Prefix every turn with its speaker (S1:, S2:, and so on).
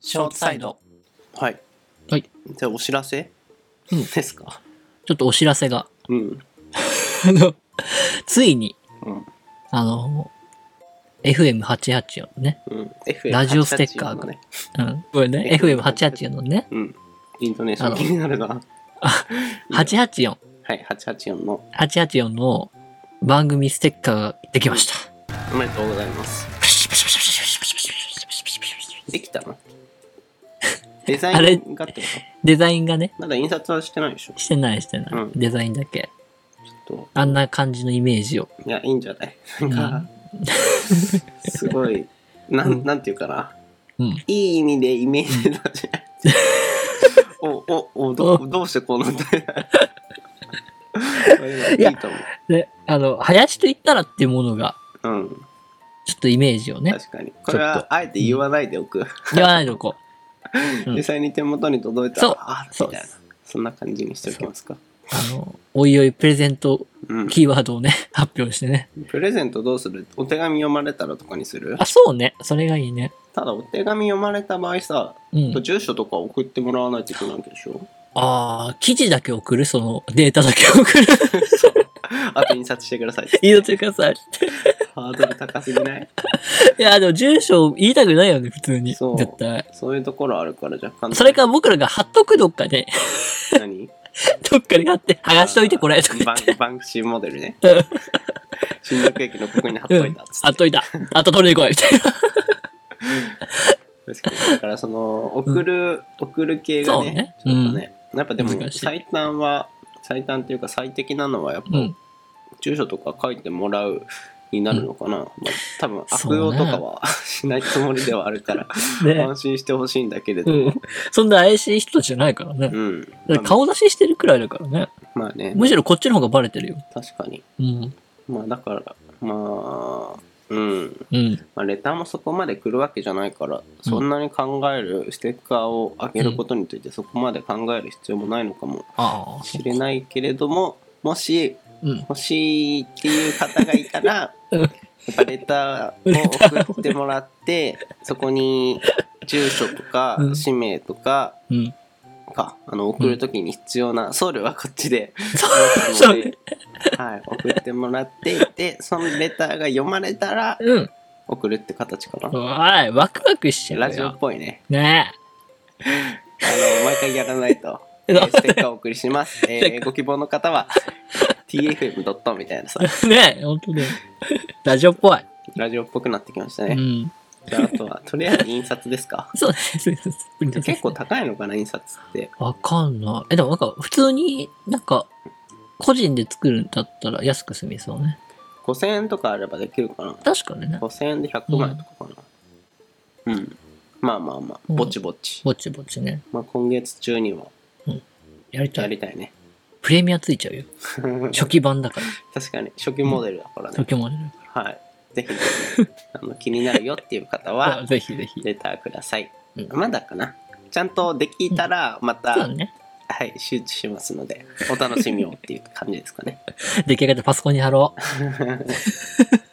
S1: ショートサイド。
S2: はい。
S1: はい。
S2: じゃあお知らせ、
S1: うん
S2: ですか。
S1: ちょっとお知らせ が。
S2: うん。
S1: あの、ついに、
S2: うん。
S1: あの、FM884 のね。
S2: うん。FM
S1: ラジオステッカー
S2: のね。
S1: うん。これね、FM884 のね、
S2: うん。イントネーショ
S1: あ
S2: ン
S1: の
S2: 気になるな。
S1: 884、
S2: はい。884の。
S1: 884の番組ステッカーができました。
S2: おめでとうございます。できたのデザ
S1: あ
S2: イ
S1: れ
S2: ンがってこ
S1: デザインがね、
S2: とまだ印刷はしてないでしょ。ち
S1: してないしてない。
S2: うん
S1: デザインだけ。
S2: ょ
S1: あんな感じのイメージを。
S2: っと、いや、いいんじゃないなんか、すごい、な
S1: うん
S2: ん、なんていうかな。
S1: うん。
S2: いい意味でイメージだし。お、お、お、どう、どうしてこうな ったんや
S1: いや
S2: いいと思
S1: で、あの、林と言ったらっていうものが、
S2: う。うん。
S1: ちょっとイメージをね、
S2: 確かに。これはあえて言わないでおく。
S1: 言わないでおこうん
S2: 実際に手元に届いたら、
S1: そう
S2: あ
S1: そう
S2: みたいな。そんな感じにしておきますか。
S1: う。あの、おいおいプレゼント
S2: うん。
S1: キーワードをね、発表してね。
S2: プレゼントどうするお手紙読まれたらとかにする
S1: あ、そうね。それがいいね。
S2: ただお手紙読まれた場合さ、
S1: うん。
S2: 住所とか送ってもらわないといけないわけでしょ
S1: ああ、記事だけ送るそのデータだけ送る
S2: あと印刷してくださいって。
S1: 言いとください。
S2: ハードル高すぎない
S1: いや、でも住所言いたくないよね、普通に。
S2: そう
S1: 絶対。
S2: そういうところあるから若干。
S1: それか僕らが貼っとくどっかで、
S2: 何
S1: どっかに貼って、剥がしといてこれとか言
S2: バ
S1: っ
S2: ン
S1: て。
S2: バンクシーモデルね
S1: うん。
S2: 新宿駅のここに貼っ
S1: う
S2: とい
S1: ん
S2: たっ。つ
S1: 貼
S2: っ
S1: っといた。あと取りに来い。みたいな。
S2: て。確かに。だからその、送る、送る系がね、ち
S1: そうね
S2: ょっとね。やっぱでも
S1: 難しい
S2: 最短は、最短っていうか最適なのはやっぱ
S1: うん。
S2: 住所とか書いてもらうになるのかな。まあ多分
S1: そう
S2: 悪
S1: ね
S2: 用とかはしないつもりではあるから、
S1: ね
S2: 安心してほしいんだけれど
S1: う
S2: も。
S1: ん。そんな怪しい人じゃないからね。
S2: うん。
S1: だって顔出ししてるくらいだからね。
S2: まあね、
S1: むしろこっちの方がバレてるよ。
S2: 確かに。
S1: うん。
S2: まあだから、まあ、うん。
S1: うん。
S2: まあ、レターもそこまで来るわけじゃないから、そんなに考えるステッカーをあげることについてそこまで考える必要もないのかも
S1: ああ、
S2: しれないけれどももし
S1: うん。
S2: 欲しいっていう方がいたら
S1: うん
S2: やっぱレターを送ってもらってそこに住所とか
S1: うん
S2: 氏名とか
S1: うん。
S2: かあの送るときに必要な送料はこっちで
S1: そう、
S2: 送
S1: そう
S2: るの
S1: ね
S2: で。はい、送ってもらってでそのレターが読まれたら
S1: うん。
S2: 送るって形かな。
S1: はい。ワクワクしちゃ
S2: ラ
S1: う
S2: ジオっ
S1: よ。
S2: ぽいね。
S1: ね
S2: あ の、毎回やらないと。
S1: え。
S2: えーステッカーをお送りします。えーご希望の方 は、tfm. みたいなさ、
S1: ねえ、本当だよ。ラジオっぽい。
S2: ラジオっぽくなってきました
S1: う
S2: ね。
S1: ん。
S2: じゃあ、あとは、とりあえず印刷です か。
S1: そうですね。
S2: 結構高いのかな、印刷って。
S1: わかんない。え、でもなんか、普通になんか、個人で作るんだったら安く済みそうね。
S2: 5000円とかあればできるかな。
S1: 確かにね。
S2: 5000円で100枚とかかな。うん。まあまあまあ、ぼちぼち。
S1: ぼちぼちね。
S2: まあ、今月中には
S1: やりた
S2: や
S1: い。
S2: りたいね。
S1: プレミアついちゃうよ。初期版だから。
S2: 確かに、初期モデルだから
S1: 初
S2: ね。
S1: 期モデルだか
S2: はい。ぜひ、 あの気になるよっていう方は
S1: ら。、ぜひぜひ。
S2: レターください。
S1: うん
S2: まだかなちゃんとできたらまた、
S1: そうね。
S2: はい、周知しますのでお楽しみをっていう感じですかね。
S1: 出来上がったパソコンに貼ろう。